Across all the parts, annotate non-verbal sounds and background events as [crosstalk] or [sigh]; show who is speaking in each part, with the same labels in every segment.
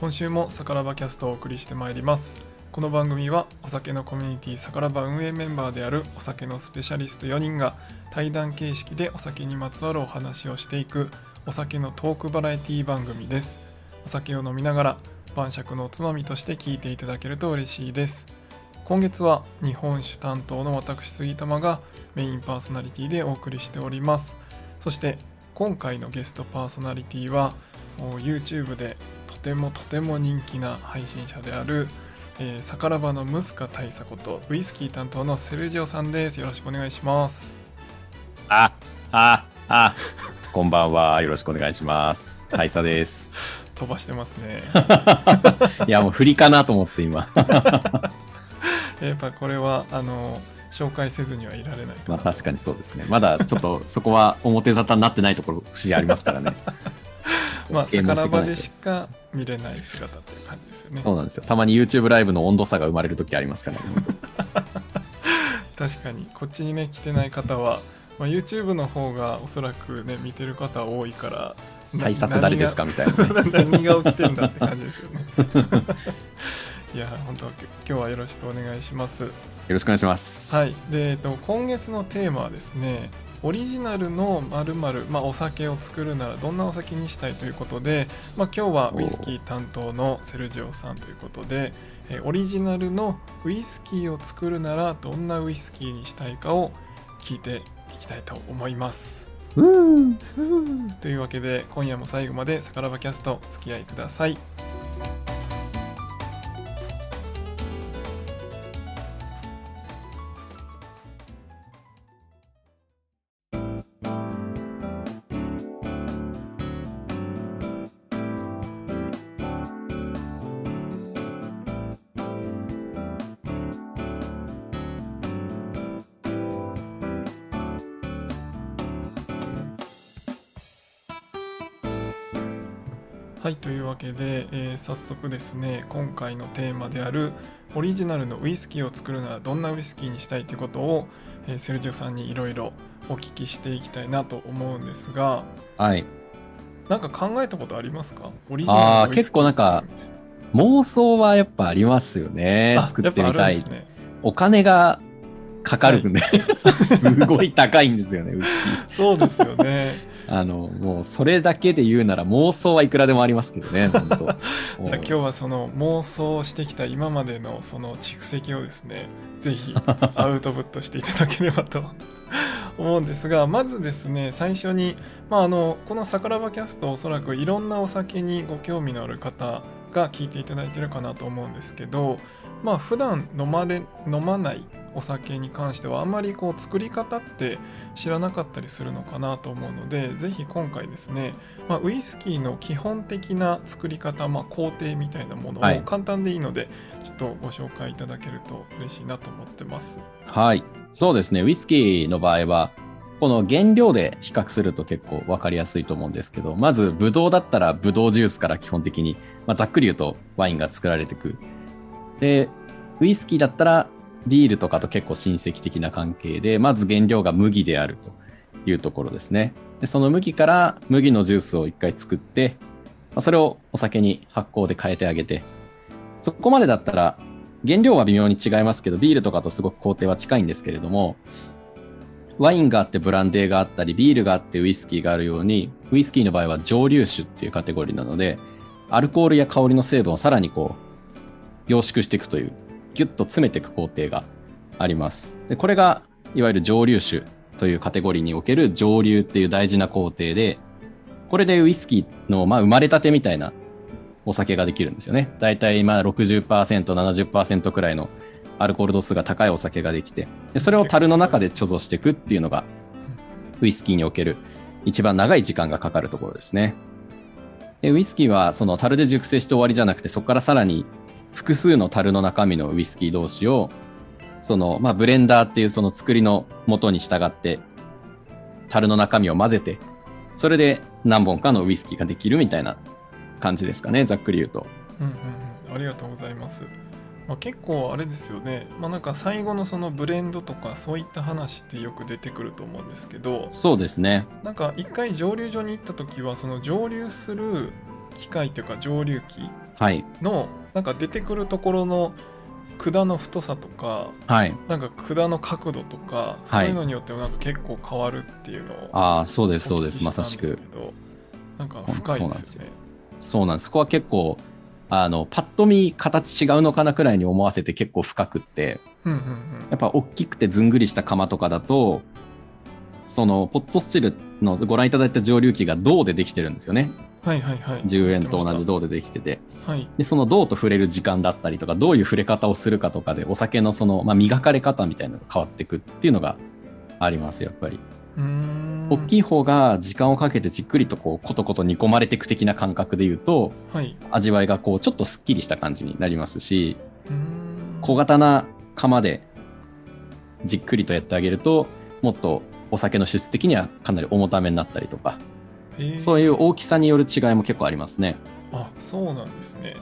Speaker 1: 今週もさからばキャストをお送りしてまいりますこの番組はお酒のコミュニティさからば運営メンバーであるお酒のスペシャリスト4人が対談形式でお酒にまつわるお話をしていくお酒のトークバラエティ番組ですお酒を飲みながら晩酌のおつまみとして聞いていただけると嬉しいです今月は日本酒担当の私杉玉がメインパーソナリティでお送りしておりますそして今回のゲストパーソナリティはお YouTube でとてもとても人気な配信者であるえー、サカラバのムスカ大佐ことウイスキー担当のセルジオさんですよろしくお願いします
Speaker 2: あ、あ、あ、こんばんは。よろしくお願いします。大佐です。
Speaker 1: 飛ばしてます
Speaker 2: [laughs]
Speaker 1: ね
Speaker 2: いや、もう振りかなと思って今。 [laughs]
Speaker 1: やっぱこれはあの紹介せずにはいられないか
Speaker 2: まあ
Speaker 1: な
Speaker 2: 確かにそうですね。まだちょっとそこは表沙汰になってないところ、節ありますか
Speaker 1: [laughs]
Speaker 2: らね。
Speaker 1: まあサ
Speaker 2: 遠慮
Speaker 1: カラ
Speaker 2: していか
Speaker 1: バ
Speaker 2: ない
Speaker 1: で
Speaker 2: と
Speaker 1: しか見れない姿という感じですよね
Speaker 2: そうなんですよ。たまに YouTube ライブの温度差が生まれる時ありますからね。
Speaker 1: 確かにこっちにね来てない方は、まあ、YouTube の方がおそらくね見てる方多いからな
Speaker 2: 大佐って誰ですかみたいなね。
Speaker 1: 何が起きてんだって感じですよ
Speaker 2: [laughs]
Speaker 1: ね。いや、本当、今日はよろしくお願いします。
Speaker 2: よろしくお願いします。
Speaker 1: はい、で、えっと、今月のテーマはですね。オリジナルのまるまる、まあ、お酒を作るなら、どんなお酒にしたいということで。まあ、今日は
Speaker 2: おー
Speaker 1: ウイスキー担当のセルジオさんということで。えーオリジナルのウイスキーを作るなら、どんなウイスキーにしたいかを聞いていきたいと思います。というわけで今夜も最後まで「さからばキャスト」お付き合いください。はいというわけで、えー早速ですね今回のテーマであるオリジナルのウイスキーを作るならどんなウイスキーにしたいということを、えーセルジオさんにいろいろお聞きしていきたいなと思うんですが
Speaker 2: はい。
Speaker 1: なんか考えたことありますかオリジナ
Speaker 2: あ
Speaker 1: ルのウイス
Speaker 2: ー
Speaker 1: キー
Speaker 2: 結構なんか妄想はやっぱありますよね。
Speaker 1: あ
Speaker 2: 作ってみ
Speaker 1: やぱあ
Speaker 2: た
Speaker 1: るん
Speaker 2: い
Speaker 1: です。ね
Speaker 2: お金がかかるんで、 [laughs] すごい高いんですよね、ウイスキ
Speaker 1: そ
Speaker 2: ー。
Speaker 1: うですよね
Speaker 2: あの、もうそれだけで言うなら妄想はいくらでもありますけどね、本当。じ
Speaker 1: [laughs] じゃあ今日はその妄想してきた今までのその蓄積をですねぜひアウトプットしていただければと思うんですがまずですね最初に、まあ、あのこの「さからばキャスト」おそらくいろんなお酒にご興味のある方が聞いていただいてるかなと思うんですけどまあ普段飲まれ飲まないお酒に関してはあんまりこう作り方って知らなかったりするのかなと思うのでぜひ今回ですね、まあ、ウイスキーの基本的な作り方、まあ、工程みたいなもの
Speaker 2: は
Speaker 1: を
Speaker 2: い
Speaker 1: 簡単でいいので、ちょっとご紹介いただけると嬉しいなと思ってます。
Speaker 2: はい。そうですね。ウイスキーの場合は、この原料で比較すると結構分かりやすいと思うんですけど、まず、ブドウだったら、ブドウジュースから基本的に、まあ、ざっくり言うとワインが作られてく。で、ウイスキーだったら、ビールとかと結構親戚的な関係で、まず原料が麦であるというところですね。でその麦から麦のジュースを一回作って、まあそれをお酒に発酵で変えてあげて、そこまでだったら、原料は微妙に違いますけどビールとかとすごく工程は近いんですけれどもワインがあってブランデーがあったりビールがあってウイスキーがあるようにウイスキーの場合は蒸留酒っていうカテゴリーなのでアルコールや香りの成分をさらにこう凝縮していくというギュッと詰めていく工程がありますでこれがいわゆる蒸留酒というカテゴリーにおける蒸留っていう大事な工程でこれでウイスキーの、まあ、生まれたてみたいなお酒ができるんですよね。だいたいまあ60%、70%くらいのアルコール度数が高いお酒ができて、でそれを樽の中で貯蔵していくっていうのが、ウイスキーにおける一番長い時間がかかるところですね。でウイスキーはその樽で熟成して終わりじゃなくて、そこからさらに複数の樽の中身のウイスキー同士を、そのまあ、ブレンダーっていうその作りの元に従って、樽の中身を混ぜて、それで何本かのウイスキーができるみたいな感じですかね、ざっくり言うと。
Speaker 1: うんうんうん、ありがとうございます。まあ、結構あれですよね、まあ、なんか最後のそのブレンドとかそういった話ってよく出てくると思うんですけど
Speaker 2: そうですね。
Speaker 1: なんか一回蒸留所に行った時はその蒸留する機械というか蒸留機
Speaker 2: はい。
Speaker 1: のなんか出てくるところの管の太さとか
Speaker 2: はい。
Speaker 1: なんか管の角度とかそういうのによってもなんか結構変わるっていうのを
Speaker 2: ああ、そう
Speaker 1: お聞
Speaker 2: で
Speaker 1: き
Speaker 2: す、
Speaker 1: した
Speaker 2: そ
Speaker 1: ん
Speaker 2: う
Speaker 1: で
Speaker 2: ですす。
Speaker 1: けどな
Speaker 2: まさしく。
Speaker 1: んか深いですよね
Speaker 2: そうなんです。そこは結構、あの、パッと見形違うのかなくらいに思わせて結構深くって、
Speaker 1: うんうんうん
Speaker 2: やっぱ大きくてずんぐりした釜とかだと、そのポットスチルのご覧いただいた蒸留機が銅でできてるんですよね。
Speaker 1: はいはいはい
Speaker 2: 10円と同じ銅でできてて。
Speaker 1: はい
Speaker 2: で、その銅と触れる時間だったりとか、どういう触れ方をするかとかで、お酒のその、まあ、磨かれ方みたいなのが変わっていくっていうのがあります、やっぱり。
Speaker 1: うーん
Speaker 2: 大きい方が時間をかけてじっくりとこうコトコト煮込まれていく的な感覚で言うと
Speaker 1: はい
Speaker 2: 味わいがこうちょっとすっきりした感じになりますし
Speaker 1: うーん
Speaker 2: 小型な釜でじっくりとやってあげるともっとお酒の質的にはかなり重ためになったりとか
Speaker 1: へー
Speaker 2: そういう大きさによる違いも結構ありますね
Speaker 1: あそうなんですね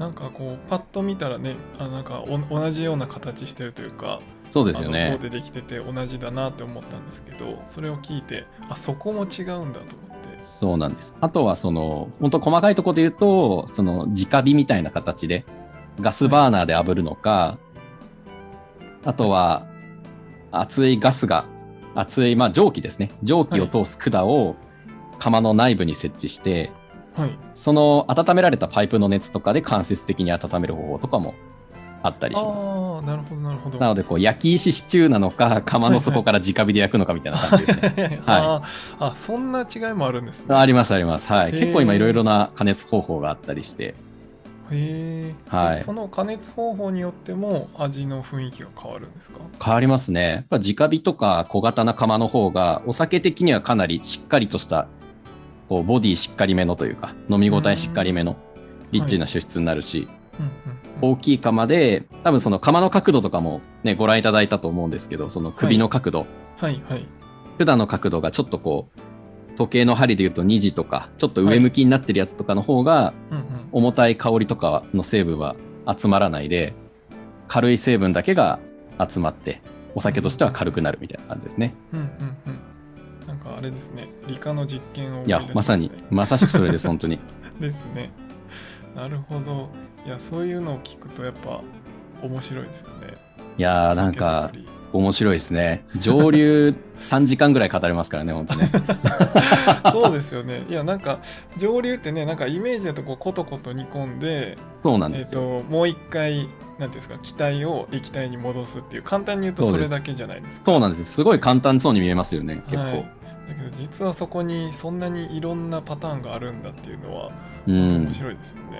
Speaker 1: なんかこうパッと見たらねあなんかお同じような形してるというか
Speaker 2: そうですよ
Speaker 1: あの
Speaker 2: ね
Speaker 1: 銅でできてて同じだなって思ったんですけどそれを聞いてあそこも違うんだと思って
Speaker 2: そうなんですあとはその本当細かいところで言うとその直火みたいな形でガスバーナーで炙るのかあとは熱いガスが熱いまあ蒸気ですね蒸気を通す管を釜の内部に設置して
Speaker 1: はい
Speaker 2: その温められたパイプの熱とかで間接的に温める方法とかもあったりします
Speaker 1: ああなるほどなるほど [laughs]
Speaker 2: なのでこう焼き石シチューなのか釜の底から直火で焼くのかみたいな感じ
Speaker 1: [laughs]
Speaker 2: ですね
Speaker 1: あーあそんな違いもあるんですね
Speaker 2: ありますあります。はい。
Speaker 1: へー
Speaker 2: 結構今いろいろな加熱方法があったりして、
Speaker 1: へえ、
Speaker 2: はい
Speaker 1: えその加熱方法によっても味の雰囲気が変わるんですか
Speaker 2: 変わりますね。やっぱ直火とか小型な釜の方が、お酒的にはかなりしっかりとした、こうボディしっかりめのというか、飲み応えしっかりめの、リッチな酒質になるし、
Speaker 1: うんうんうん
Speaker 2: 大きい釜で、多分その釜の角度とかもね、ご覧いただいたと思うんですけど、その首の角度、
Speaker 1: はいはい
Speaker 2: 普段の角度がちょっとこう、時計の針で言うと2時とか、ちょっと上向きになってるやつとかの方が、
Speaker 1: うんうん
Speaker 2: 重たい香りとかの成分は集まらないで軽い成分だけが集まってお酒としては軽くなるみたいな感じですね。
Speaker 1: うんうんうんなんかあれですね理科の実験を思
Speaker 2: いや
Speaker 1: 出し
Speaker 2: まさに
Speaker 1: ますね
Speaker 2: まさしくそれです本当に。
Speaker 1: [laughs] ですねなるほどいやそういうのを聞くとやっぱ面白いですよね
Speaker 2: いやーなんか
Speaker 1: 酒造り
Speaker 2: 面白いですね。上流3時間ぐらい語れますからね
Speaker 1: [laughs]
Speaker 2: 本当ね。
Speaker 1: そうですよねいやなんか蒸留ってねなんかイメージだとこうコトコト煮込んで
Speaker 2: そうなん
Speaker 1: え
Speaker 2: で
Speaker 1: っ
Speaker 2: すよ。
Speaker 1: ともう一回なんていうんですか気体を液体に戻すっていう簡単に言うと
Speaker 2: そ
Speaker 1: そう
Speaker 2: です
Speaker 1: れだけじゃないですか
Speaker 2: そうなんですすごい簡単そうに見えますよね結構。
Speaker 1: はい、だけど実はそこにそんなにいろんなパターンがあるんだっていうのは
Speaker 2: うん
Speaker 1: 面。白いですよね、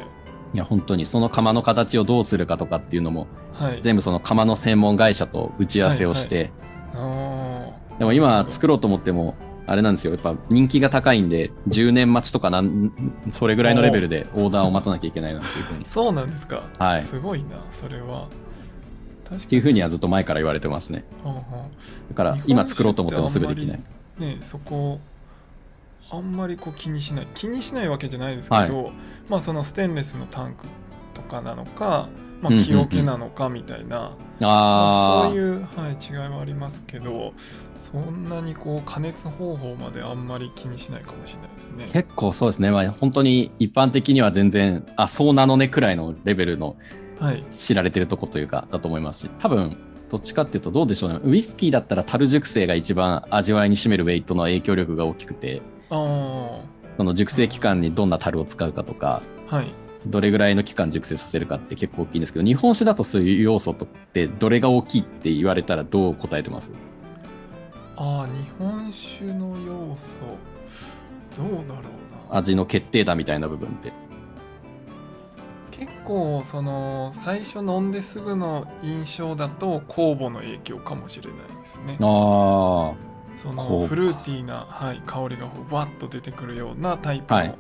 Speaker 2: いや本当にその釜の形をどうするかとかっていうのも
Speaker 1: はい
Speaker 2: 全部その釜の専門会社と打ち合わせをして、
Speaker 1: あー
Speaker 2: でも今作ろうと思っても、あれなんですよ。やっぱ人気が高いんで、10年待ちとかなん、それぐらいのレベルでオーダーを待たなきゃいけないなっていうふうに。っ
Speaker 1: そうなんですか、
Speaker 2: はい
Speaker 1: すごいなそれは確か
Speaker 2: ていうふうにはずっと前から言われてますね。
Speaker 1: うんうん
Speaker 2: だから今作ろうと思ってもすぐできない。
Speaker 1: ねそこあんまりこう気にしない気にしないわけじゃないですけど、まあそのステンレスのタンクとかなのか、まあ、
Speaker 2: うんうんうん
Speaker 1: 木桶なのかみたいな、まあ
Speaker 2: あ
Speaker 1: そう
Speaker 2: ー
Speaker 1: いう、はい、違いはありますけどそんなにこう加熱方法まであんまり気にしないかもしれないですね。
Speaker 2: 結構そうですね。まあ本当に一般的には全然、あ、そうなのねくらいのレベルの
Speaker 1: はい、
Speaker 2: 知られてるとこというか、だと思いますし、多分、どっちかっていうとどうでしょうね。ウイスキーだったら樽熟成が一番味わいに占めるウェイトの影響力が大きくて、
Speaker 1: ああ
Speaker 2: その熟成期間にどんな樽を使うかとか、
Speaker 1: はい
Speaker 2: どれぐらいの期間熟成させるかって結構大きいんですけど日本酒だとそういう要素とってどれが大きいって言われたらどう答えてます
Speaker 1: ああ日本酒の要素どうだろうな
Speaker 2: 味の決定だみたいな部分って
Speaker 1: 結構その最初飲んですぐの印象だと酵母の影響かもしれないですね
Speaker 2: あ
Speaker 1: そ
Speaker 2: 酵
Speaker 1: の
Speaker 2: 母
Speaker 1: フルーティーな、はい、香りがわっと出てくるようなタイプの、
Speaker 2: はい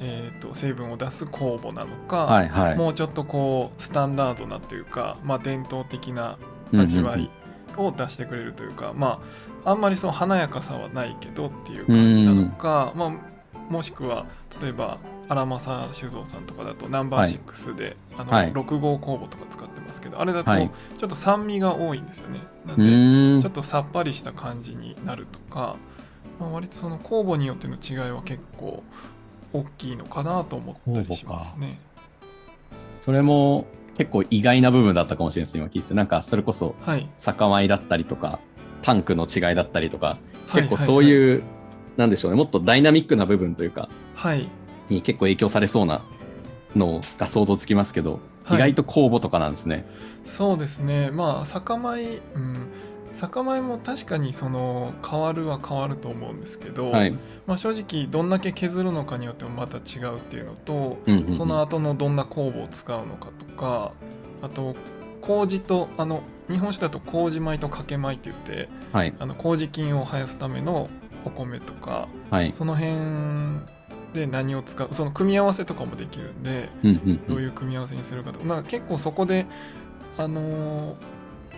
Speaker 1: えー、と成分を出す酵母なのか、
Speaker 2: あはいはい
Speaker 1: もうちょっとこうスタンダードなというか、まあ、伝統的な
Speaker 2: うんうんうん
Speaker 1: 味わいを出してくれるというか、まああんまりその華やかさはないけどっていう感じなのか、まあ、もしくは例えば荒政酒造さんとかだとナンバ
Speaker 2: は
Speaker 1: ー
Speaker 2: い
Speaker 1: 6で、あの
Speaker 2: はい
Speaker 1: 6号酵母とか使ってますけどあれだと
Speaker 2: はい
Speaker 1: ちょっと酸味が多いんですよね。なん
Speaker 2: う
Speaker 1: で
Speaker 2: ーん
Speaker 1: ちょっとさっぱりした感じになるとか、まあ、割とその酵母によっての違いは結構大きいのかなと思ったりしますね。
Speaker 2: それも結構意外な部分だったかもしれないです、今聞いてて。なんか、それこそ
Speaker 1: はい、
Speaker 2: 酒米だったりとか、タンクの違いだったりとか、
Speaker 1: はい
Speaker 2: 結構そう
Speaker 1: う、
Speaker 2: いう、なんでしょうね、もっとダイナミックな部分というか、
Speaker 1: はい
Speaker 2: に結構影響されそうなのが想像つきますけど、
Speaker 1: はい
Speaker 2: 意外と公募とかなんですね。
Speaker 1: そうですねまあ酒米、うん、酒米も確かにその変わるは変わると思うんですけど、
Speaker 2: はい。
Speaker 1: まあ、正直どんだけ削るのかによってもまた違うっていうのと、
Speaker 2: うんうんうん
Speaker 1: その後のどんな酵母を使うのかとかあと麹とあの日本酒だと麹米と掛け米って言って
Speaker 2: はい。
Speaker 1: あの麹菌を生やすためのお米とか
Speaker 2: はい。
Speaker 1: その辺で何を使うその組み合わせとかもできるんで
Speaker 2: うんうんう
Speaker 1: どうんいう組み合わせにするかとかなんか結構そこであのー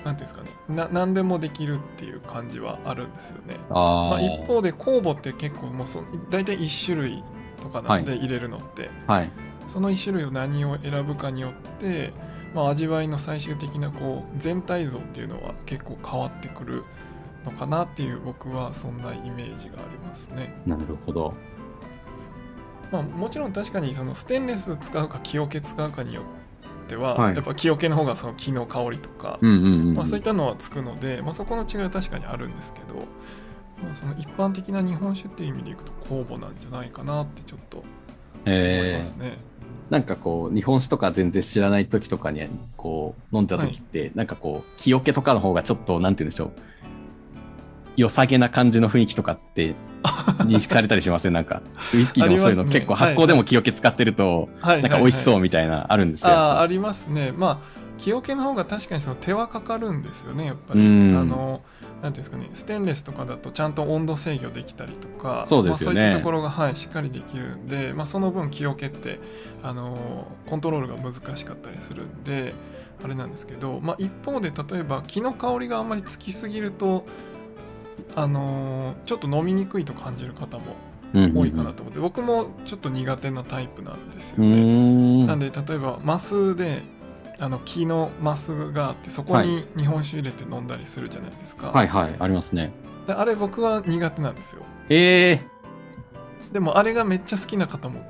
Speaker 1: なんていうんですかねな何でもできるっていう感じはあるんですよね。ま
Speaker 2: あ
Speaker 1: あ、
Speaker 2: ー
Speaker 1: 一方で酵母って結構もうそ大体1種類とかなんで入れるのって、
Speaker 2: はい。
Speaker 1: その1種類を何を選ぶかによって、まあ、味わいの最終的なこう全体像っていうのは結構変わってくるのかなっていう僕はそんなイメージがありますね、
Speaker 2: なるほど。
Speaker 1: まあ、もちろん確かにそのステンレス使うか木桶使うかによっては、
Speaker 2: はい
Speaker 1: やっぱ木桶の方がその木の香りとか、
Speaker 2: うんうんうんうん。
Speaker 1: まあ、そういったのはつくので、まあ、そこの違いは確かにあるんですけど、まあ、その一般的な日本酒っていう意味でいくと酵母なんじゃないかなってちょっと思い
Speaker 2: え
Speaker 1: ます
Speaker 2: ー
Speaker 1: ね。
Speaker 2: なんかこう、日本酒とか全然知らない時とかに、こう、飲んだ時って、なんかこう、木桶とかの方がちょっと、なんて言うんでしょう。良さげな感じの雰囲気と
Speaker 1: [laughs]
Speaker 2: かって認識されたりしません、なんか、ウイスキーでもそういう
Speaker 1: あ
Speaker 2: の
Speaker 1: りますね
Speaker 2: 結構発酵でも木桶使ってると、
Speaker 1: はい
Speaker 2: なんか美味しそう
Speaker 1: う
Speaker 2: みたいな、あるんですよ。
Speaker 1: あーありますね。まあ木桶の方が確かにその手はかかるんですよねやっぱり。
Speaker 2: うん
Speaker 1: あのなんていうんですかねステンレスとかだとちゃんと温度制御できたりとか
Speaker 2: そうですよ
Speaker 1: ま
Speaker 2: ね
Speaker 1: あ、そういったところが、はい、しっかりできるんで、まあ、その分木桶ってあのコントロールが難しかったりするんであれなんですけど、まあ、一方で例えば木の香りがあんまりつきすぎると。あのちょっと飲みにくいと感じる方も
Speaker 2: うんうんうん
Speaker 1: 多いかなと思って、僕もちょっと苦手なタイプなんですよ
Speaker 2: う
Speaker 1: ね。
Speaker 2: ーん
Speaker 1: なんで例えばマスであの木のマスがあってそこに日本酒入れて飲んだりするじゃないですか、
Speaker 2: はいはい、ありますね。
Speaker 1: であれ僕は苦手なんですよ
Speaker 2: え
Speaker 1: でもあれがめっちゃ好きな方も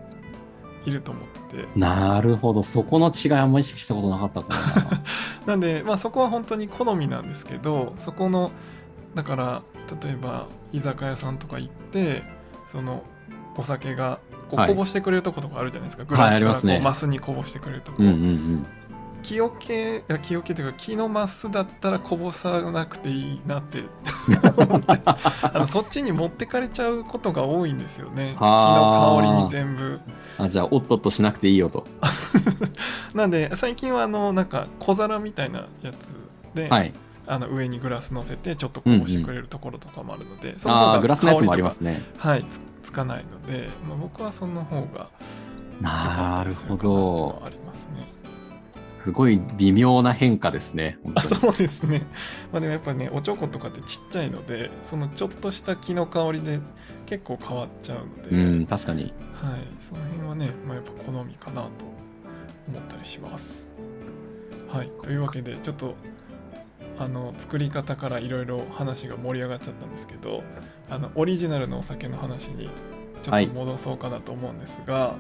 Speaker 1: いると思ってて
Speaker 2: ー、なるほど、そこの違いあんま意識したことなかったかもな。
Speaker 1: なんで、まあ、そこは本当に好みなんですけどそこのだから例えば居酒屋さんとか行ってそのお酒がこ
Speaker 2: は
Speaker 1: う
Speaker 2: い
Speaker 1: こぼしてくれるとことかあるじゃないですか、
Speaker 2: はいあ
Speaker 1: グ
Speaker 2: り
Speaker 1: ラ
Speaker 2: ま
Speaker 1: スか
Speaker 2: す
Speaker 1: ら
Speaker 2: ね
Speaker 1: こうマスにこぼしてくれるとこ、
Speaker 2: うんうんうん。
Speaker 1: 木桶いや木桶というか木のマスだったらこぼさなくていいなって
Speaker 2: [laughs]
Speaker 1: 思ってあのそっちに持ってかれちゃうことが多いんですよね木
Speaker 2: は
Speaker 1: の
Speaker 2: あ
Speaker 1: 香りに全部
Speaker 2: あじゃあ、おっとっとしなくていいよと。
Speaker 1: なんで最近はあのなんか小皿みたいなやつで、
Speaker 2: はい。
Speaker 1: あの上にグラス乗せてちょっとこぼしてくれるところとかもあるので、その方
Speaker 2: あ
Speaker 1: が
Speaker 2: あ、グラスのやつもありま
Speaker 1: 香
Speaker 2: すね。
Speaker 1: りとかはいつつかないので、まあ、僕はその方が良か
Speaker 2: な
Speaker 1: った
Speaker 2: る
Speaker 1: りす
Speaker 2: ほ
Speaker 1: るかなと
Speaker 2: ど
Speaker 1: は。ありますね
Speaker 2: すごい微妙な変化ですね。本
Speaker 1: あ
Speaker 2: 当に
Speaker 1: そうですね、 [laughs] まあ、でもやっぱねおちょことかってちっちゃいのでそのちょっとした気の香りで結構変わっちゃうので、
Speaker 2: うん、確かに。
Speaker 1: はい、その辺はね、まあ、やっぱ好みかなと思ったりします。はい、というわけでちょっとあの作り方からいろいろ話が盛り上がっちゃったんですけどあのオリジナルのお酒の話にちょ
Speaker 2: は
Speaker 1: っ
Speaker 2: い
Speaker 1: と戻そうかなと思うんですが、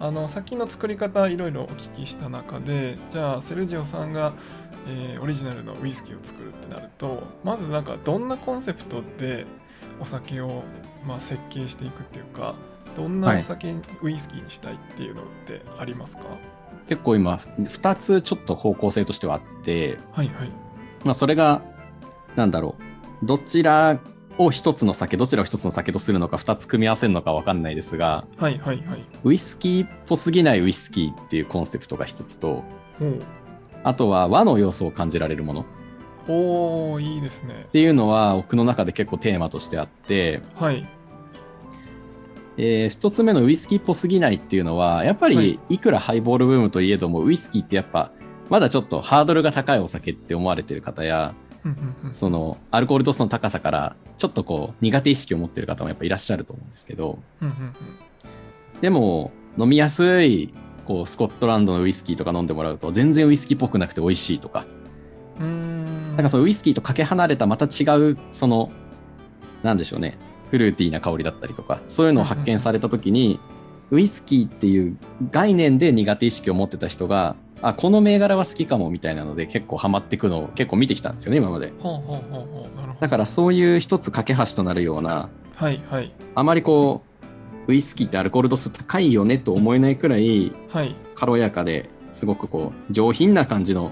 Speaker 1: あの先の作り方いろいろお聞きした中でじゃあセルジオさんが、えーオリジナルのウイスキーを作るってなるとまずなんかどんなコンセプトでお酒を、まあ、設計していくっていうかどんなお酒、ウイスキーにしたいっていうのってありますか
Speaker 2: 結構今、2つちょっと方向性としてはあって、
Speaker 1: はいはい
Speaker 2: まあ、それが、なんだろう、どちらを1つの酒、どちらを1つの酒とするのか、2つ組み合わせるのか分かんないですが、
Speaker 1: はいはいはい
Speaker 2: ウイスキーっぽすぎないウイスキーっていうコンセプトが一つと、あとは和の要素を感じられるものっ
Speaker 1: おおおーいいですね
Speaker 2: ていうのは、僕の中で結構テーマとしてあって、
Speaker 1: はい
Speaker 2: えー一つ目のウイスキーっぽすぎないっていうのは、やっぱ
Speaker 1: は
Speaker 2: り
Speaker 1: い
Speaker 2: いくらハイボールブームといえども、ウイスキーってやっぱ、まだちょっとハードルが高いお酒って思われてる方や、
Speaker 1: うんうんうん
Speaker 2: そのアルコール度数の高さから、ちょっとこう苦手意識を持ってる方もやっぱいらっしゃると思うんですけど、
Speaker 1: うんうんうん
Speaker 2: でも飲みやすいこうスコットランドのウイスキーとか飲んでもらうと全然ウイスキーっぽくなくて美味しいとか
Speaker 1: うーん
Speaker 2: なんかそのウイスキーとかけ離れたまた違うそのなんでしょうねフルーティーな香りだったりとかそういうのを発見された時にウイスキーっていう概念で苦手意識を持ってた人があこの銘柄は好きかもみたいなので結構ハマってくのを結構見てきたんですよね今まで
Speaker 1: ほうほうほうほうなるほ
Speaker 2: だ
Speaker 1: ど
Speaker 2: からそういう一つ架け橋となるような
Speaker 1: はいはい
Speaker 2: あまりこうウイスキーってアルコール度数高いよねと思えないくらい
Speaker 1: はい
Speaker 2: 軽やかですごくこう上品な感じの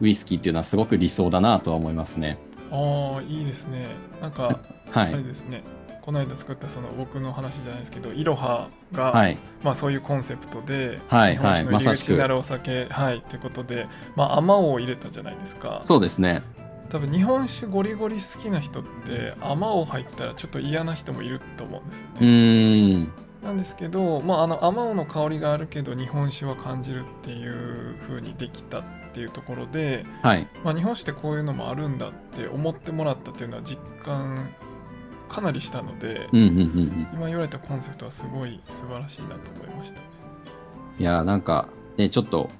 Speaker 2: ウイスキーっていうのはすごく理想だなとは思いますね
Speaker 1: ああいいですねなんか
Speaker 2: は
Speaker 1: あれ
Speaker 2: い
Speaker 1: ですねこの間作ったその僕の話じゃないですけどいろはが、
Speaker 2: はい
Speaker 1: まあ、そういうコンセプトで、
Speaker 2: はい
Speaker 1: 日本
Speaker 2: はい
Speaker 1: 酒の
Speaker 2: ま
Speaker 1: 入
Speaker 2: さ
Speaker 1: り
Speaker 2: し
Speaker 1: 口にな
Speaker 2: く
Speaker 1: るお酒はいってことで、まあ、甘を入れたじゃないですか
Speaker 2: そうですね
Speaker 1: 多分日本酒ゴリゴリ好きな人って甘を入ったらちょっと嫌な人もいると思うんですよ
Speaker 2: う
Speaker 1: ね、
Speaker 2: ーん
Speaker 1: なんですけど、まあ、あの甘の香りがあるけど日本酒は感じるっていう風にできたっていうところで、
Speaker 2: はい
Speaker 1: まあ、日本酒ってこういうのもあるんだって思ってもらったっていうのは実感かなりしたので、
Speaker 2: うんうんうんうん
Speaker 1: 今言われたコンセプトはすごい素晴らしいなと思いましたね
Speaker 2: いやーなんかねちょっと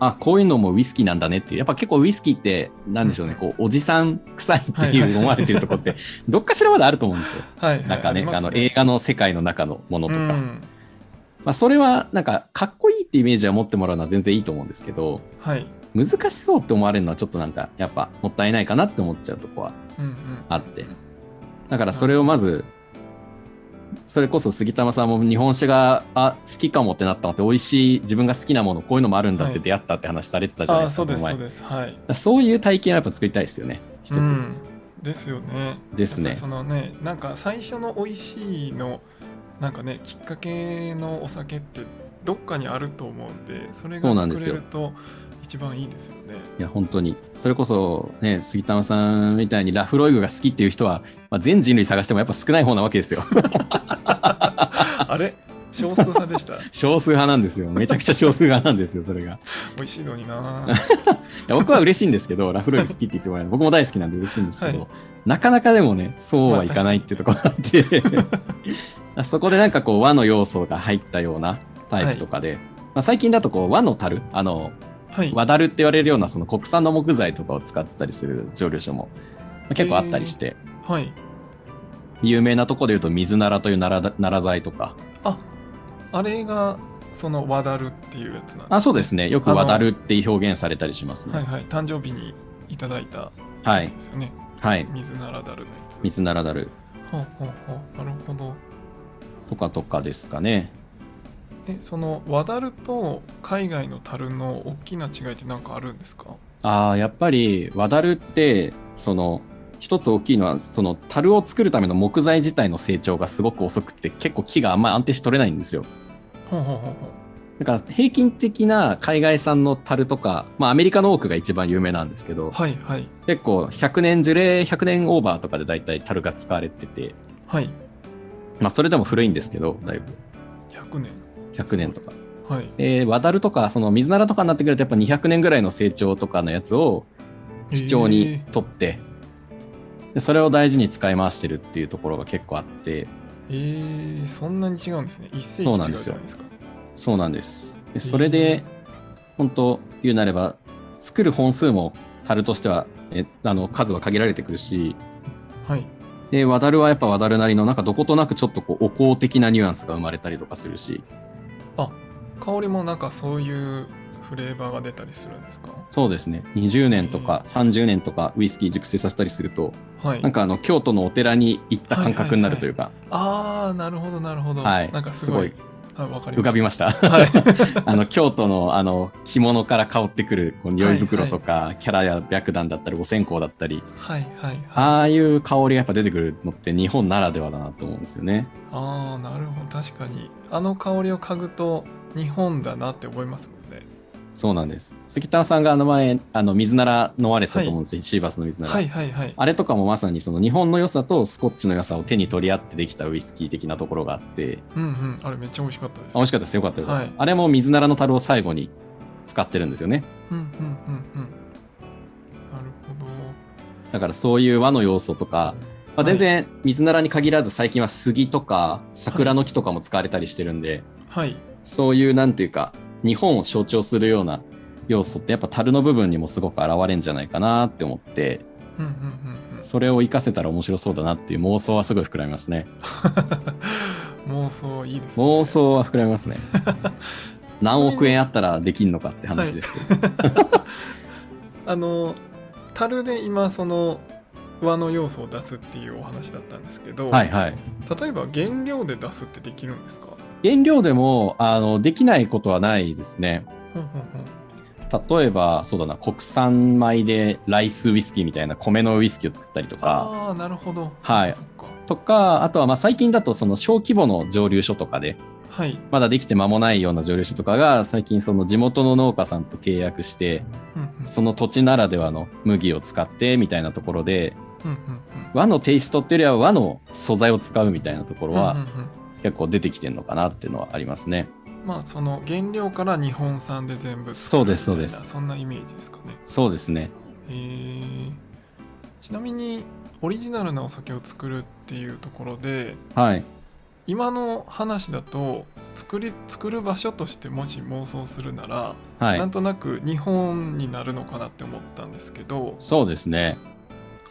Speaker 2: あこういうのもウイスキーなんだねっていうやっぱ結構ウイスキーってなんでしょうね、
Speaker 1: うん
Speaker 2: こうおじさん臭いって
Speaker 1: はいはい
Speaker 2: いう思われてるとこってどっかしらまであると思うんですよ
Speaker 1: はい、はい、
Speaker 2: なんかね
Speaker 1: り
Speaker 2: あ
Speaker 1: ます
Speaker 2: の映画の世界の中のものとか、
Speaker 1: うん
Speaker 2: まあ、それはなんかかっこいいってイメージは持ってもらうのは全然いいと思うんですけど
Speaker 1: はい、
Speaker 2: 難しそうって思われるのはちょっとなんかやっぱもったいないかなって思っちゃうとこは
Speaker 1: うんうん、
Speaker 2: あってだからそれをまずそれこそ杉玉さんも日本酒があ好きかもってなったのって美味しい自分が好きなものこういうのもあるんだっ
Speaker 1: は
Speaker 2: て
Speaker 1: い
Speaker 2: 出会ったって話されてたじゃ
Speaker 1: あ
Speaker 2: な
Speaker 1: あ
Speaker 2: いです
Speaker 1: そ
Speaker 2: か、
Speaker 1: うです
Speaker 2: この前
Speaker 1: そうですはい
Speaker 2: だからそういう体験はやっぱ作りたいですよね一つ、
Speaker 1: うん、ですよね
Speaker 2: ですね
Speaker 1: やっぱりそのねなんか最初の美味しいのなんかねきっかけのお酒ってどっかにあると思うんでそれが
Speaker 2: そうなん
Speaker 1: 作
Speaker 2: です
Speaker 1: れ
Speaker 2: よ
Speaker 1: ると一番いいですよね
Speaker 2: いや本当にそれこそね杉玉さんみたいにラフロイグが好きっていう人は、まあ、全人類探してもやっぱ少ない方なわけですよ [laughs]
Speaker 1: あれ少数派でした
Speaker 2: [laughs] 少数派なんですよめちゃくちゃ少数派なんですよそれが
Speaker 1: 美味しいのに
Speaker 2: [laughs]
Speaker 1: ない
Speaker 2: や僕は嬉しいんですけど、ラフロイグ好きって言ってもらえる僕も大好きなんで嬉しいんですけど、
Speaker 1: はい
Speaker 2: なかなかでもね、そうはいかないっていうところがあって、
Speaker 1: [laughs]
Speaker 2: そこでなんかこう和の要素が入ったようなタイプとかで、まあ、最近だとこう和の樽、あの
Speaker 1: はい
Speaker 2: 和樽って言われるようなその国産の木材とかを使ってたりする蒸留所もまあ結構あったりして、
Speaker 1: はい
Speaker 2: 有名なとこで言うと水ならというならなら材とか、
Speaker 1: ああれがその和だるっていうやつなん
Speaker 2: あそうですね、よく
Speaker 1: あの
Speaker 2: 和樽って表現されたりします
Speaker 1: はい
Speaker 2: ね。
Speaker 1: はい誕生日にいただいた
Speaker 2: は
Speaker 1: や
Speaker 2: い
Speaker 1: つ、ですよね、
Speaker 2: はい、
Speaker 1: 水ならだるのやつ
Speaker 2: 水なら樽
Speaker 1: ほうほうほうなるほど
Speaker 2: とかとかですかね。
Speaker 1: えその和樽と海外の樽の大きな違いって何かあるんですか
Speaker 2: ああやっぱり和樽ってその一つ大きいのはその樽を作るための木材自体の成長がすごく遅くて結構木があんまり安定して取れないんですよ
Speaker 1: ほうほうほうほ
Speaker 2: だから平均的な海外産の樽とか、まあ、アメリカの多くが一番有名なんですけ
Speaker 1: う
Speaker 2: ど
Speaker 1: はいはい
Speaker 2: 結構100年樹齢100年オーバーとかで大体樽が使われてて、
Speaker 1: はい
Speaker 2: まあ、それでも古いんですけどだいぶ
Speaker 1: 100年
Speaker 2: 100年とか
Speaker 1: はい
Speaker 2: で和樽とかその水ならとかになってくるとやっぱ200年ぐらいの成長とかのやつを貴重に取って、でそれを大事に使い回してるっていうところが結構あって
Speaker 1: えーえーそんなに違うんですね一世紀
Speaker 2: そう
Speaker 1: 違
Speaker 2: なんで
Speaker 1: う
Speaker 2: す
Speaker 1: じ
Speaker 2: よ
Speaker 1: ゃないですか
Speaker 2: そうなんですでそれで本当言うなれば作る本数も樽としてはえあの数は限られてくるし
Speaker 1: はい
Speaker 2: で和樽はやっぱ和樽なりのなんかどことなくちょっとこうお香的なニュアンスが生まれたりとかするし
Speaker 1: あ香りもなんかそういうフレーバーが出たりするんですか
Speaker 2: そうですね20年とか30年とかウイスキー熟成させたりすると
Speaker 1: はい
Speaker 2: なんかあの京都のお寺に行った感覚になるというか、
Speaker 1: ああなるほどなるほど
Speaker 2: はい
Speaker 1: なんかすごい
Speaker 2: す
Speaker 1: はいわかり
Speaker 2: 浮かび
Speaker 1: ま
Speaker 2: ました。
Speaker 1: すはい
Speaker 2: あの京都のあの着物から香ってくるこう匂い袋とか、キャラや白檀だったりお線香だったり [laughs]
Speaker 1: はいはいはい
Speaker 2: ああいう香りがやっぱ出てくるのって日本ならではだなと思うんですよね。
Speaker 1: ああなるほど確かにあの香りを嗅ぐと日本だなって思いますもんね
Speaker 2: そうなんです関田さんがあの前あの水なら飲まれてたと思うんですよ、シーバスの水なら。
Speaker 1: はいはいはい
Speaker 2: あれとかもまさにその日本の良さとスコッチの良さを手に取り合ってできたウイスキー的なところがあって
Speaker 1: うんうんあれめっちゃ美味しかったで
Speaker 2: あ
Speaker 1: す
Speaker 2: 美味しかったですよかったです、
Speaker 1: はい
Speaker 2: あれも水ならの樽を最後に使ってるんですよね
Speaker 1: うんうんうんうんなるほど
Speaker 2: だからそういう和の要素とかまあ、全然水ならに限らず最近は杉とか桜の木とかも使われたりしてるんで、
Speaker 1: はい
Speaker 2: そういうなんていうか日本を象徴するような要素ってやっぱ樽の部分にもすごく現れるんじゃないかなって思って
Speaker 1: うんうんうんうん
Speaker 2: それを活かせたら面白そうだなっていう妄想はすごい膨らみますね。
Speaker 1: 妄想いいですね
Speaker 2: 妄想は膨らみます [laughs] ね。何億円あったらできんのかって話ですけど。
Speaker 1: あの樽で今その和の要素を出すっていうお話だったんですけど、
Speaker 2: はい、はい、
Speaker 1: 例えば原料で出すってできるんですか
Speaker 2: 原料でもあのできないことはないですね。
Speaker 1: うんうん
Speaker 2: 例えば、そうだな、国産米でライスウイスキーみたいな米のウイスキーを作ったりとか、
Speaker 1: ああーなるほど
Speaker 2: はい
Speaker 1: そっか
Speaker 2: とか、あとはまあ最近だとその小規模の蒸留所とかで、
Speaker 1: はい、
Speaker 2: まだできて間もないような蒸留所とかが、最近その地元の農家さんと契約して、
Speaker 1: うんうん、
Speaker 2: その土地ならではの麦を使ってみたいなところで、
Speaker 1: うんうん
Speaker 2: 和のテイストっていうよりは和の素材を使うみたいなとこ
Speaker 1: う
Speaker 2: ろ
Speaker 1: んうん
Speaker 2: は
Speaker 1: うん
Speaker 2: 結構出てきてるのかなっていうのはありますね。
Speaker 1: うんまあその原料から日本産で全部
Speaker 2: そうです
Speaker 1: 作るみたい
Speaker 2: そう
Speaker 1: な
Speaker 2: で
Speaker 1: そんなイメージですかね
Speaker 2: そうですね。
Speaker 1: へーちなみにオリジナルなお酒を作るっていうところで
Speaker 2: はい。
Speaker 1: 今の話だと作り作る場所としてもし妄想するなら、
Speaker 2: は
Speaker 1: なん
Speaker 2: い。
Speaker 1: となく日本になるのかなって思ったんですけど
Speaker 2: そうですね。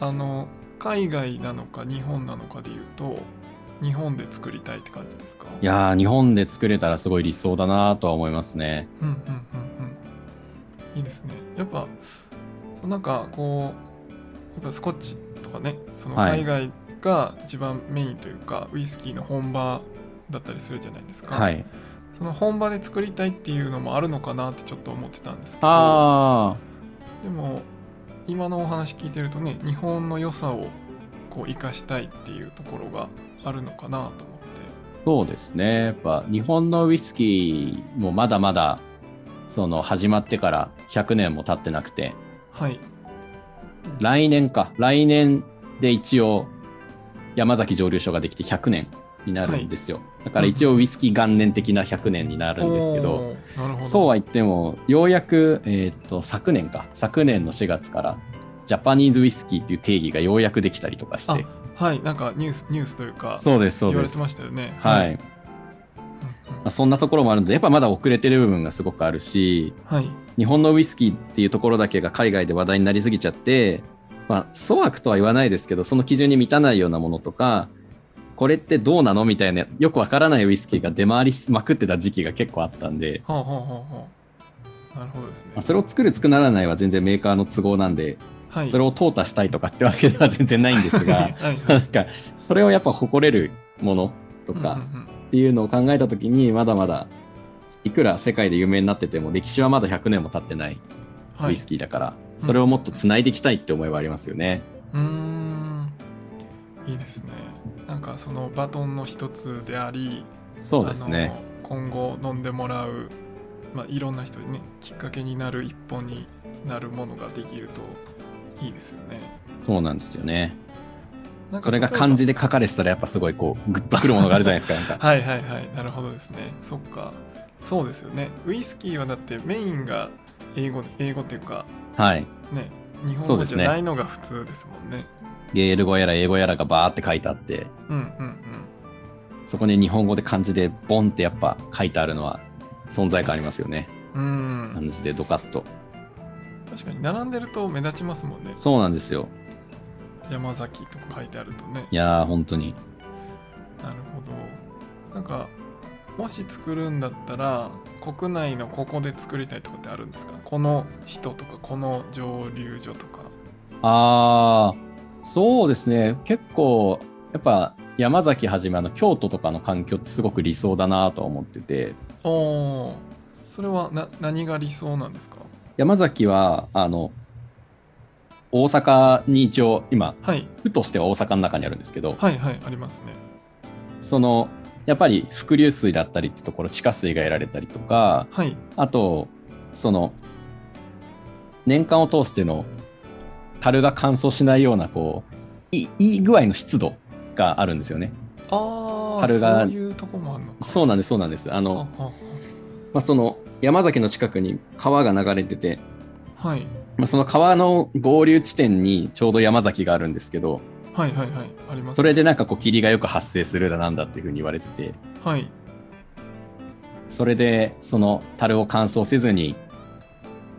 Speaker 1: あの海外なのか日本なのかで言うと日本で作りたいって感じですか
Speaker 2: いやー、日本で作れたらすごい理想だなとは思いますね。
Speaker 1: うんうんうんうんいいですねやっぱそのなんかこうやっぱスコッチとかねその
Speaker 2: は
Speaker 1: 海
Speaker 2: い
Speaker 1: 外が一番メインというか、ウイスキーの本場だったりするじゃないですか、
Speaker 2: はい。
Speaker 1: その本場で作りたいっていうのもあるのかなってちょっと思ってたんですけど
Speaker 2: あ
Speaker 1: でも今のお話聞いてるとね日本の良さをこう生かしたいっていうところがあるのかなと思って
Speaker 2: ー、そうですね。やっぱ日本のウイスキーもまだまだ、その始まってから100年も経ってなくて、
Speaker 1: はい
Speaker 2: 来年か、来年で一応、山崎蒸留所ができて100年になるんですよ。だから一応、ウイスキー元年的な100年になるんですけど、
Speaker 1: おーなるほど
Speaker 2: そうは言っても、ようやく、えーっと昨年か、昨年の4月から、ジャパニーズウイスキーっていう定義がようやくできたりとかして、
Speaker 1: はいなんかニュースニュースというか
Speaker 2: そうです、そう
Speaker 1: 言わ
Speaker 2: で
Speaker 1: れて
Speaker 2: す。
Speaker 1: ましたよね。
Speaker 2: はい
Speaker 1: うんうん
Speaker 2: まあ、そんなところもあるので、やっぱまだ遅れてる部分がすごくあるし、
Speaker 1: はい。
Speaker 2: 日本のウイスキーっていうところだけが海外で話題になりすぎちゃって、まあ、粗悪とは言わないですけどその基準に満たないようなものとかこれってどうなのみたいなよくわからないウイスキーが出回りまくってた時期が結構あったんで、
Speaker 1: ほうほうほうほう。なるほどですね
Speaker 2: まあ、。それを作る作らないは全然メーカーの都合なんで
Speaker 1: はい。
Speaker 2: それ
Speaker 1: を
Speaker 2: を淘汰したいとかってわけでは全然ないんです
Speaker 1: はい [laughs]
Speaker 2: が
Speaker 1: はい
Speaker 2: [laughs] なんかそれをやっぱ誇れるものと
Speaker 1: うん
Speaker 2: か
Speaker 1: うんうん
Speaker 2: っていうのを考えた時にまだまだいくら世界で有名になってても歴史はまだ100年も経ってない
Speaker 1: は
Speaker 2: ウ
Speaker 1: い。
Speaker 2: イス
Speaker 1: う
Speaker 2: キーだから、それをもっとつないでいきたいって思いはありますよね。
Speaker 1: ーん。いいですね。なんかそのバトンの一つであり、
Speaker 2: そうですね。
Speaker 1: あの今後飲んでもらう、まあいろんな人にねきっかけになる一本になるものができるといいですよね。
Speaker 2: そうなんですよね。
Speaker 1: なんか
Speaker 2: それが
Speaker 1: 例えば
Speaker 2: 漢字で書かれてたらやっぱすごいこうグッとくるものがあるじゃないですか。なんか
Speaker 1: [laughs] はいはいはいなるほどですねそっかそうですよねウイスキーはだってメインが英語英語っていうか
Speaker 2: はい。
Speaker 1: ね日
Speaker 2: そ
Speaker 1: 本
Speaker 2: う
Speaker 1: 語
Speaker 2: で
Speaker 1: じ
Speaker 2: す
Speaker 1: ゃ
Speaker 2: ね
Speaker 1: ないのが普通ですもんね
Speaker 2: ゲール語やら英語やらがバーって書いてあって
Speaker 1: うんうんうん
Speaker 2: そこに日本語で漢字でボンってやっぱ書いてあるのは存在感ありますよね。
Speaker 1: うん
Speaker 2: 漢字でドカッと。
Speaker 1: 確かに並んでると目立ちますもんね
Speaker 2: そうなんですよ。
Speaker 1: 山崎とか書いてあるとね
Speaker 2: いやー本当に。
Speaker 1: なるほどなんかもし作るんだったら国内のここで作りたいとかってあるんですかこの人とかこの蒸留所とか
Speaker 2: あーそうですね。結構やっぱ山崎はじめあの京都とかの環境ってすごく理想だなとは思ってて。
Speaker 1: おおそれはな何が理想なんですか
Speaker 2: 山崎はあの大阪に一応今
Speaker 1: はい
Speaker 2: 府としては大阪の中にあるんですけど
Speaker 1: はいはいありますね
Speaker 2: そのやっぱり伏流水だったりってところ地下水が得られたりとか
Speaker 1: はい
Speaker 2: あとその年間を通しての樽が乾燥しないようなこういいい具合の湿度があるんですよね。
Speaker 1: ああ
Speaker 2: 樽が
Speaker 1: そういうとこもあるのか
Speaker 2: そうなんですそうなんです。あ
Speaker 1: あ
Speaker 2: のまあ、その山崎の近くに川が流れてて、
Speaker 1: あはい
Speaker 2: まあ、その川の合流地点にちょうど山崎があるんですけど、
Speaker 1: はいはいはいあります
Speaker 2: それでなんかこう霧がよく発生するだなんだっていうふうに言われてて
Speaker 1: はい
Speaker 2: それでその樽を乾燥せずに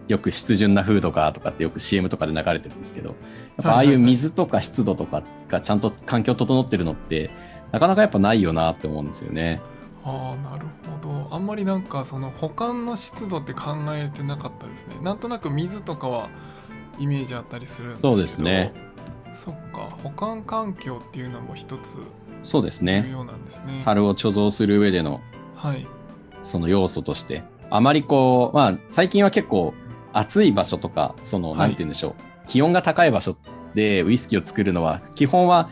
Speaker 2: よく湿潤なフードがとかってよく CM とかで流れてるんですけどやっぱああ
Speaker 1: はい
Speaker 2: い
Speaker 1: は
Speaker 2: う
Speaker 1: いはい
Speaker 2: 水とか湿度とかがちゃんと環境整ってるのってなかなかやっぱないよなって思うんですよね。
Speaker 1: ああなるほどあんまりなんかその保管の湿度って考えてなかったですねなんとなく水とかはイメージあったりするんですけど
Speaker 2: そうですね
Speaker 1: そっか保管環境っていうのも一つ
Speaker 2: そうです
Speaker 1: 重
Speaker 2: ね。
Speaker 1: 要なんですね
Speaker 2: 樽を貯蔵する上での
Speaker 1: はい
Speaker 2: その要素として、あまりこう、まあ最近は結構暑い場所とか、その、
Speaker 1: はい
Speaker 2: なんて言うんでしょう、気温が高い場所でウイスキーを作るのは、基本は、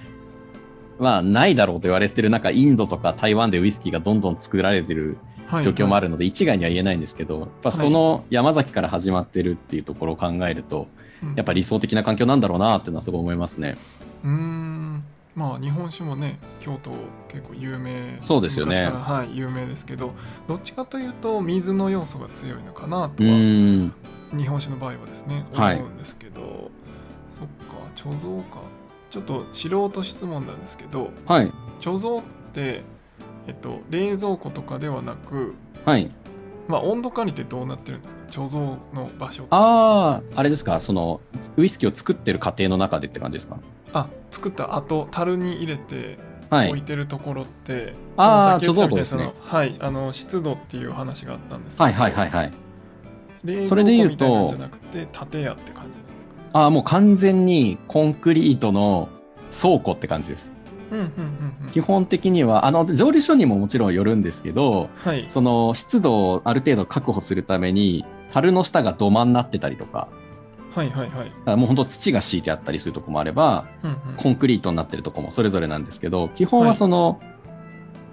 Speaker 2: まあないだろうと言われてる中、インドとか台湾でウイスキーがどんどん作られてる
Speaker 1: はい
Speaker 2: 状況もあ
Speaker 1: る
Speaker 2: るので、一概には言えないんですけど、やっぱその山崎から始まってるっていうところを考えると、やっぱ理想的な環境なんだろうなっていうのはすごい思いますね。
Speaker 1: うーんまあ日本酒もね京都結構有名
Speaker 2: そうですよね
Speaker 1: 昔から、はい、有名ですけどどっちかというと水の要素が強いのかなと
Speaker 2: う
Speaker 1: は
Speaker 2: ーん、
Speaker 1: 日本酒の場合はですね
Speaker 2: はい
Speaker 1: 思うんですけど、そっか貯蔵かちょっと素人質問なんですけど
Speaker 2: はい、
Speaker 1: 貯蔵って、えっと、冷蔵庫とかではなく、
Speaker 2: はい。
Speaker 1: まあ、温度管理ってどうなってるんですか貯蔵の場所あ
Speaker 2: ああ、あれですか、その、ウイスキーを作ってる過程の中でって感じですか
Speaker 1: 作った後樽に入れて
Speaker 2: はい
Speaker 1: 置い。てるところって、
Speaker 2: あー
Speaker 1: そのさっき言ったみ
Speaker 2: 貯蔵庫
Speaker 1: たいにそのはいあの湿度っていう話があったんですけど、
Speaker 2: はいはいはいはい。
Speaker 1: 冷蔵庫
Speaker 2: それで言う
Speaker 1: み
Speaker 2: と
Speaker 1: たいなんじゃなくて建屋って感じなんですか
Speaker 2: ああ、もう完全にコンクリートの倉庫って感じです。
Speaker 1: うんうんうんう
Speaker 2: 基
Speaker 1: ん
Speaker 2: 本的には、あの、蒸留所にももちろんよるんですけど、
Speaker 1: はい
Speaker 2: その湿度をある程度確保するために、樽の下が土間になってたりとか、
Speaker 1: はいはいはい
Speaker 2: だからもう本当土が敷いてあったりするとこもあれば、
Speaker 1: うんうん
Speaker 2: コンクリートになってるとこもそれぞれなんですけど、基本
Speaker 1: は
Speaker 2: はいその、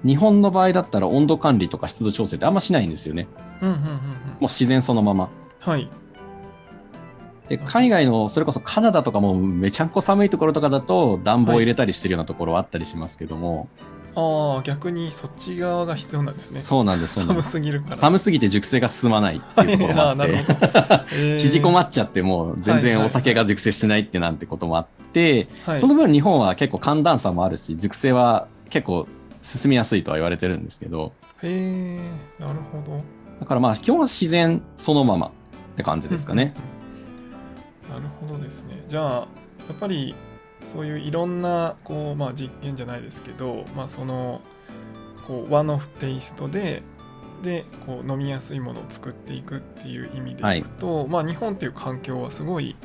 Speaker 2: 日本の場合だったら温度管理とか湿度調整ってあんましないんですよね。
Speaker 1: うんうんうんうん
Speaker 2: もう自然そのまま。
Speaker 1: はい
Speaker 2: で海外のそれこそカナダとかもめちゃんこ寒いところとかだと暖房入れたりしてるようなところはあったりしますけども、
Speaker 1: ああ逆にそっち側が必要なんですね
Speaker 2: そうなんですそうな
Speaker 1: 寒
Speaker 2: んです
Speaker 1: すぎるから
Speaker 2: 寒すぎて熟成が進まないっていうところもあ
Speaker 1: あ
Speaker 2: っ
Speaker 1: ー
Speaker 2: て
Speaker 1: なる
Speaker 2: [laughs]
Speaker 1: ほ
Speaker 2: 縮こま
Speaker 1: っ
Speaker 2: っちゃってもう全然お酒が熟成してないってなんてこともあって、
Speaker 1: はい
Speaker 2: その分日本は結構寒暖差もあるし熟成は結構進みやすいとは言われてるんですけど
Speaker 1: へえなるほど
Speaker 2: だからまあ基本は自然そのままって感じですかね。
Speaker 1: うんうんうんなるほどですねじゃあやっぱりそういういろんなこう、まあ、実験じゃないですけど、まあ、そのこう和のテイストででこう飲みやすいものを作っていくっていう意味でいくと、まあ、日本っていう環境はすごい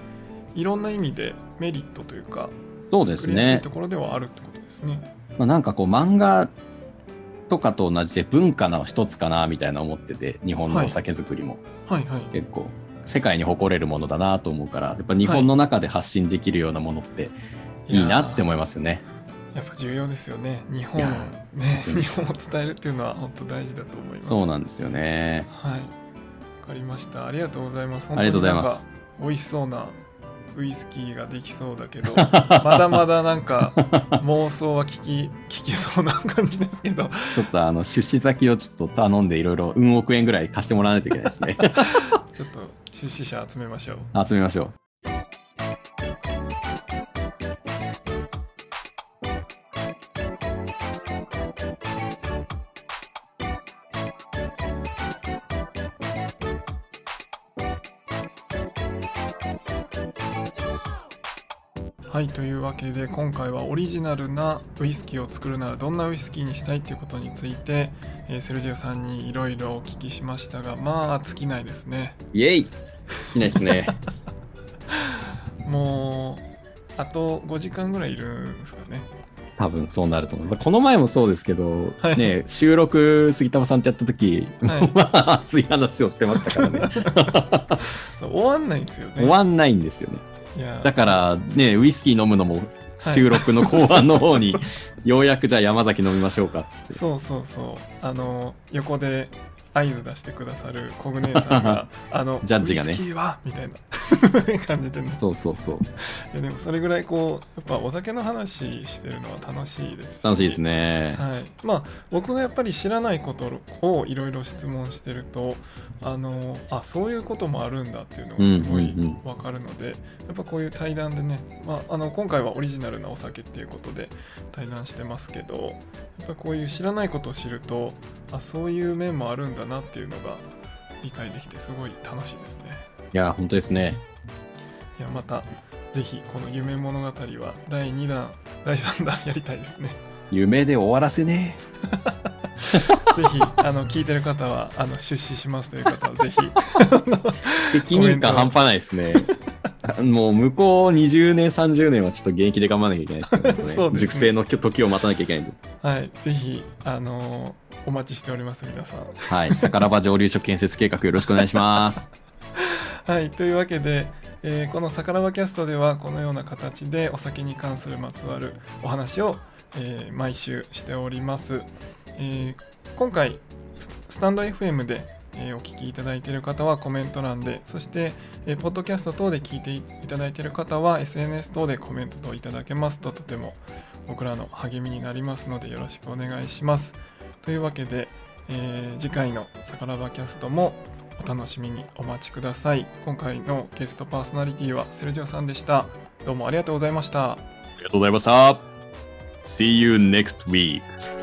Speaker 1: いろんな意味でメリットというか
Speaker 2: そうです
Speaker 1: 作りやす
Speaker 2: ね
Speaker 1: いところではあるってことですね。
Speaker 2: まあ、なんかこう漫画とかと同じで文化の一つかなみたいな思ってて日本のお酒作りも
Speaker 1: はいはい、
Speaker 2: 結構世界に誇れるものだなと思うからやっぱ日本の中で発信できるようなものっていいなって思いますよね。
Speaker 1: やっぱ重要ですよね。日
Speaker 2: い
Speaker 1: 本
Speaker 2: や
Speaker 1: ね、
Speaker 2: 本当に
Speaker 1: 日本を伝えるっていうのは本当大事だと思います。
Speaker 2: そうなんですよね。
Speaker 1: はい。わかりました。ありがとうございます。
Speaker 2: ありがとうございます
Speaker 1: 本当になんか美味しそうなウイスキーができそうだけ
Speaker 2: [laughs]
Speaker 1: ど、まだまだなんか妄想は聞き聞きそうな感じですけど、
Speaker 2: ちょっとあの出資先をちょっと頼んでいろいろ運億円ぐらい貸してもらわないといけないです [laughs] ね。
Speaker 1: ちょっと出資者集めましょう。
Speaker 2: 集めましょう。
Speaker 1: はいというわけで今回はオリジナルなウイスキーを作るならどんなウイスキーにしたいということについて、えーセルジオさんにいろいろお聞きしましたがまあ尽きないですね
Speaker 2: イエイいいです [laughs] ね。
Speaker 1: もうあと5時間ぐらいいるんですかね
Speaker 2: 多分そうなると思う。この前もそうですけど、
Speaker 1: はい
Speaker 2: ね、収録杉玉さんとやった時、 [laughs]
Speaker 1: はい
Speaker 2: もうまあ熱い話をしてましたからね。
Speaker 1: 終わんないんですよね
Speaker 2: 終わんないんですよね。
Speaker 1: いや
Speaker 2: だからね、ウイスキー飲むのも収録の後半の方
Speaker 1: [laughs]
Speaker 2: に、ようやくじゃあ山崎飲みましょうかっつって。
Speaker 1: そうそうそうあの横で合図出してくださるコグネーさん
Speaker 2: [laughs]
Speaker 1: があの
Speaker 2: ジャッジが
Speaker 1: ウ
Speaker 2: ね
Speaker 1: イスキーはみたいな [laughs] 感じでね
Speaker 2: そうそうそう。
Speaker 1: いやでもそれぐらいこうやっぱお酒の話してるのは楽しいですし
Speaker 2: 楽しいですね。
Speaker 1: はい、まあ僕がやっぱり知らないことをいろいろ質問してるとあのあそういうこともあるんだっていうのがすごい
Speaker 2: うんうんうん
Speaker 1: わかるので、やっぱこういう対談でね、まあ、あの今回はオリジナルなお酒っていうことで対談してますけどやっぱこういう知らないことを知るとあそういう面もあるんだなっていうのが理解できてすごい楽しいですね。
Speaker 2: いや、本当ですね。
Speaker 1: いやまたぜひこの夢物語は第2弾第3弾やりたいですね。
Speaker 2: 夢で終わらせね
Speaker 1: ぜひあの聞いてる方はあの出資しますという方はぜひ
Speaker 2: え。責任感半端ないですね。 [laughs] もう向こう20年、30年はちょっと現役で頑張らなきゃいけないですね本当ね
Speaker 1: [laughs] そうですね
Speaker 2: 熟成の時を待たなきゃいけないんで。
Speaker 1: はいぜひあのお待ちしております皆さん。 [laughs]
Speaker 2: はい。さからば蒸留所建設計画よろしくお願いします。
Speaker 1: [laughs] はい、というわけで、えーこの「さからばキャスト」ではこのような形でお酒に関するまつわるお話を、えー毎週しております、えー今回ススタンド FM で、えーお聞きいただいている方はコメント欄でそして、えーポッドキャスト等で聞いていただいている方は SNS 等でコメント等いただけますととても僕らの励みになりますのでよろしくお願いしますというわけで、えー次回の「さからばキャスト」もお楽しみにお待ちください今回のゲストパーソナリティはセルジオさんでしたどうもありがとうございました
Speaker 2: ありがとうございました。See you next week.